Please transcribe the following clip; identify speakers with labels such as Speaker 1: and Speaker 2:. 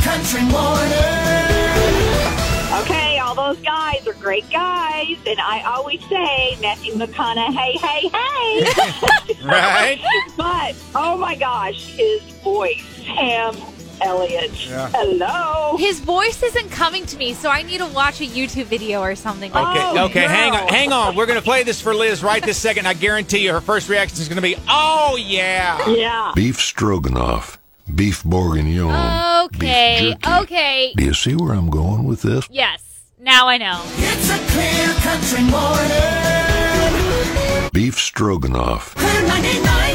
Speaker 1: Country morning.
Speaker 2: Okay, all those guys are great guys, and I always say Matthew McConaughey, hey, hey,
Speaker 3: Right?
Speaker 2: but oh my gosh, his voice, Sam Elliott.
Speaker 3: Yeah.
Speaker 2: Hello.
Speaker 4: His voice isn't coming to me, so I need to watch a YouTube video or something. like
Speaker 3: Okay,
Speaker 2: Oh,
Speaker 3: okay, hang on,
Speaker 2: no.
Speaker 3: hang on. We're gonna play this for Liz right this second. I guarantee you, her first reaction is gonna be, "Oh yeah."
Speaker 2: Yeah.
Speaker 5: Beef stroganoff, beef bourguignon.
Speaker 4: that.
Speaker 5: beef
Speaker 4: Oh, Okay,
Speaker 5: jerky.
Speaker 4: okay.
Speaker 5: Do you see where I'm going with this?
Speaker 4: Yes, now I know.
Speaker 1: It's a clear country morning.
Speaker 5: Beef stroganoff.
Speaker 1: Clear 99.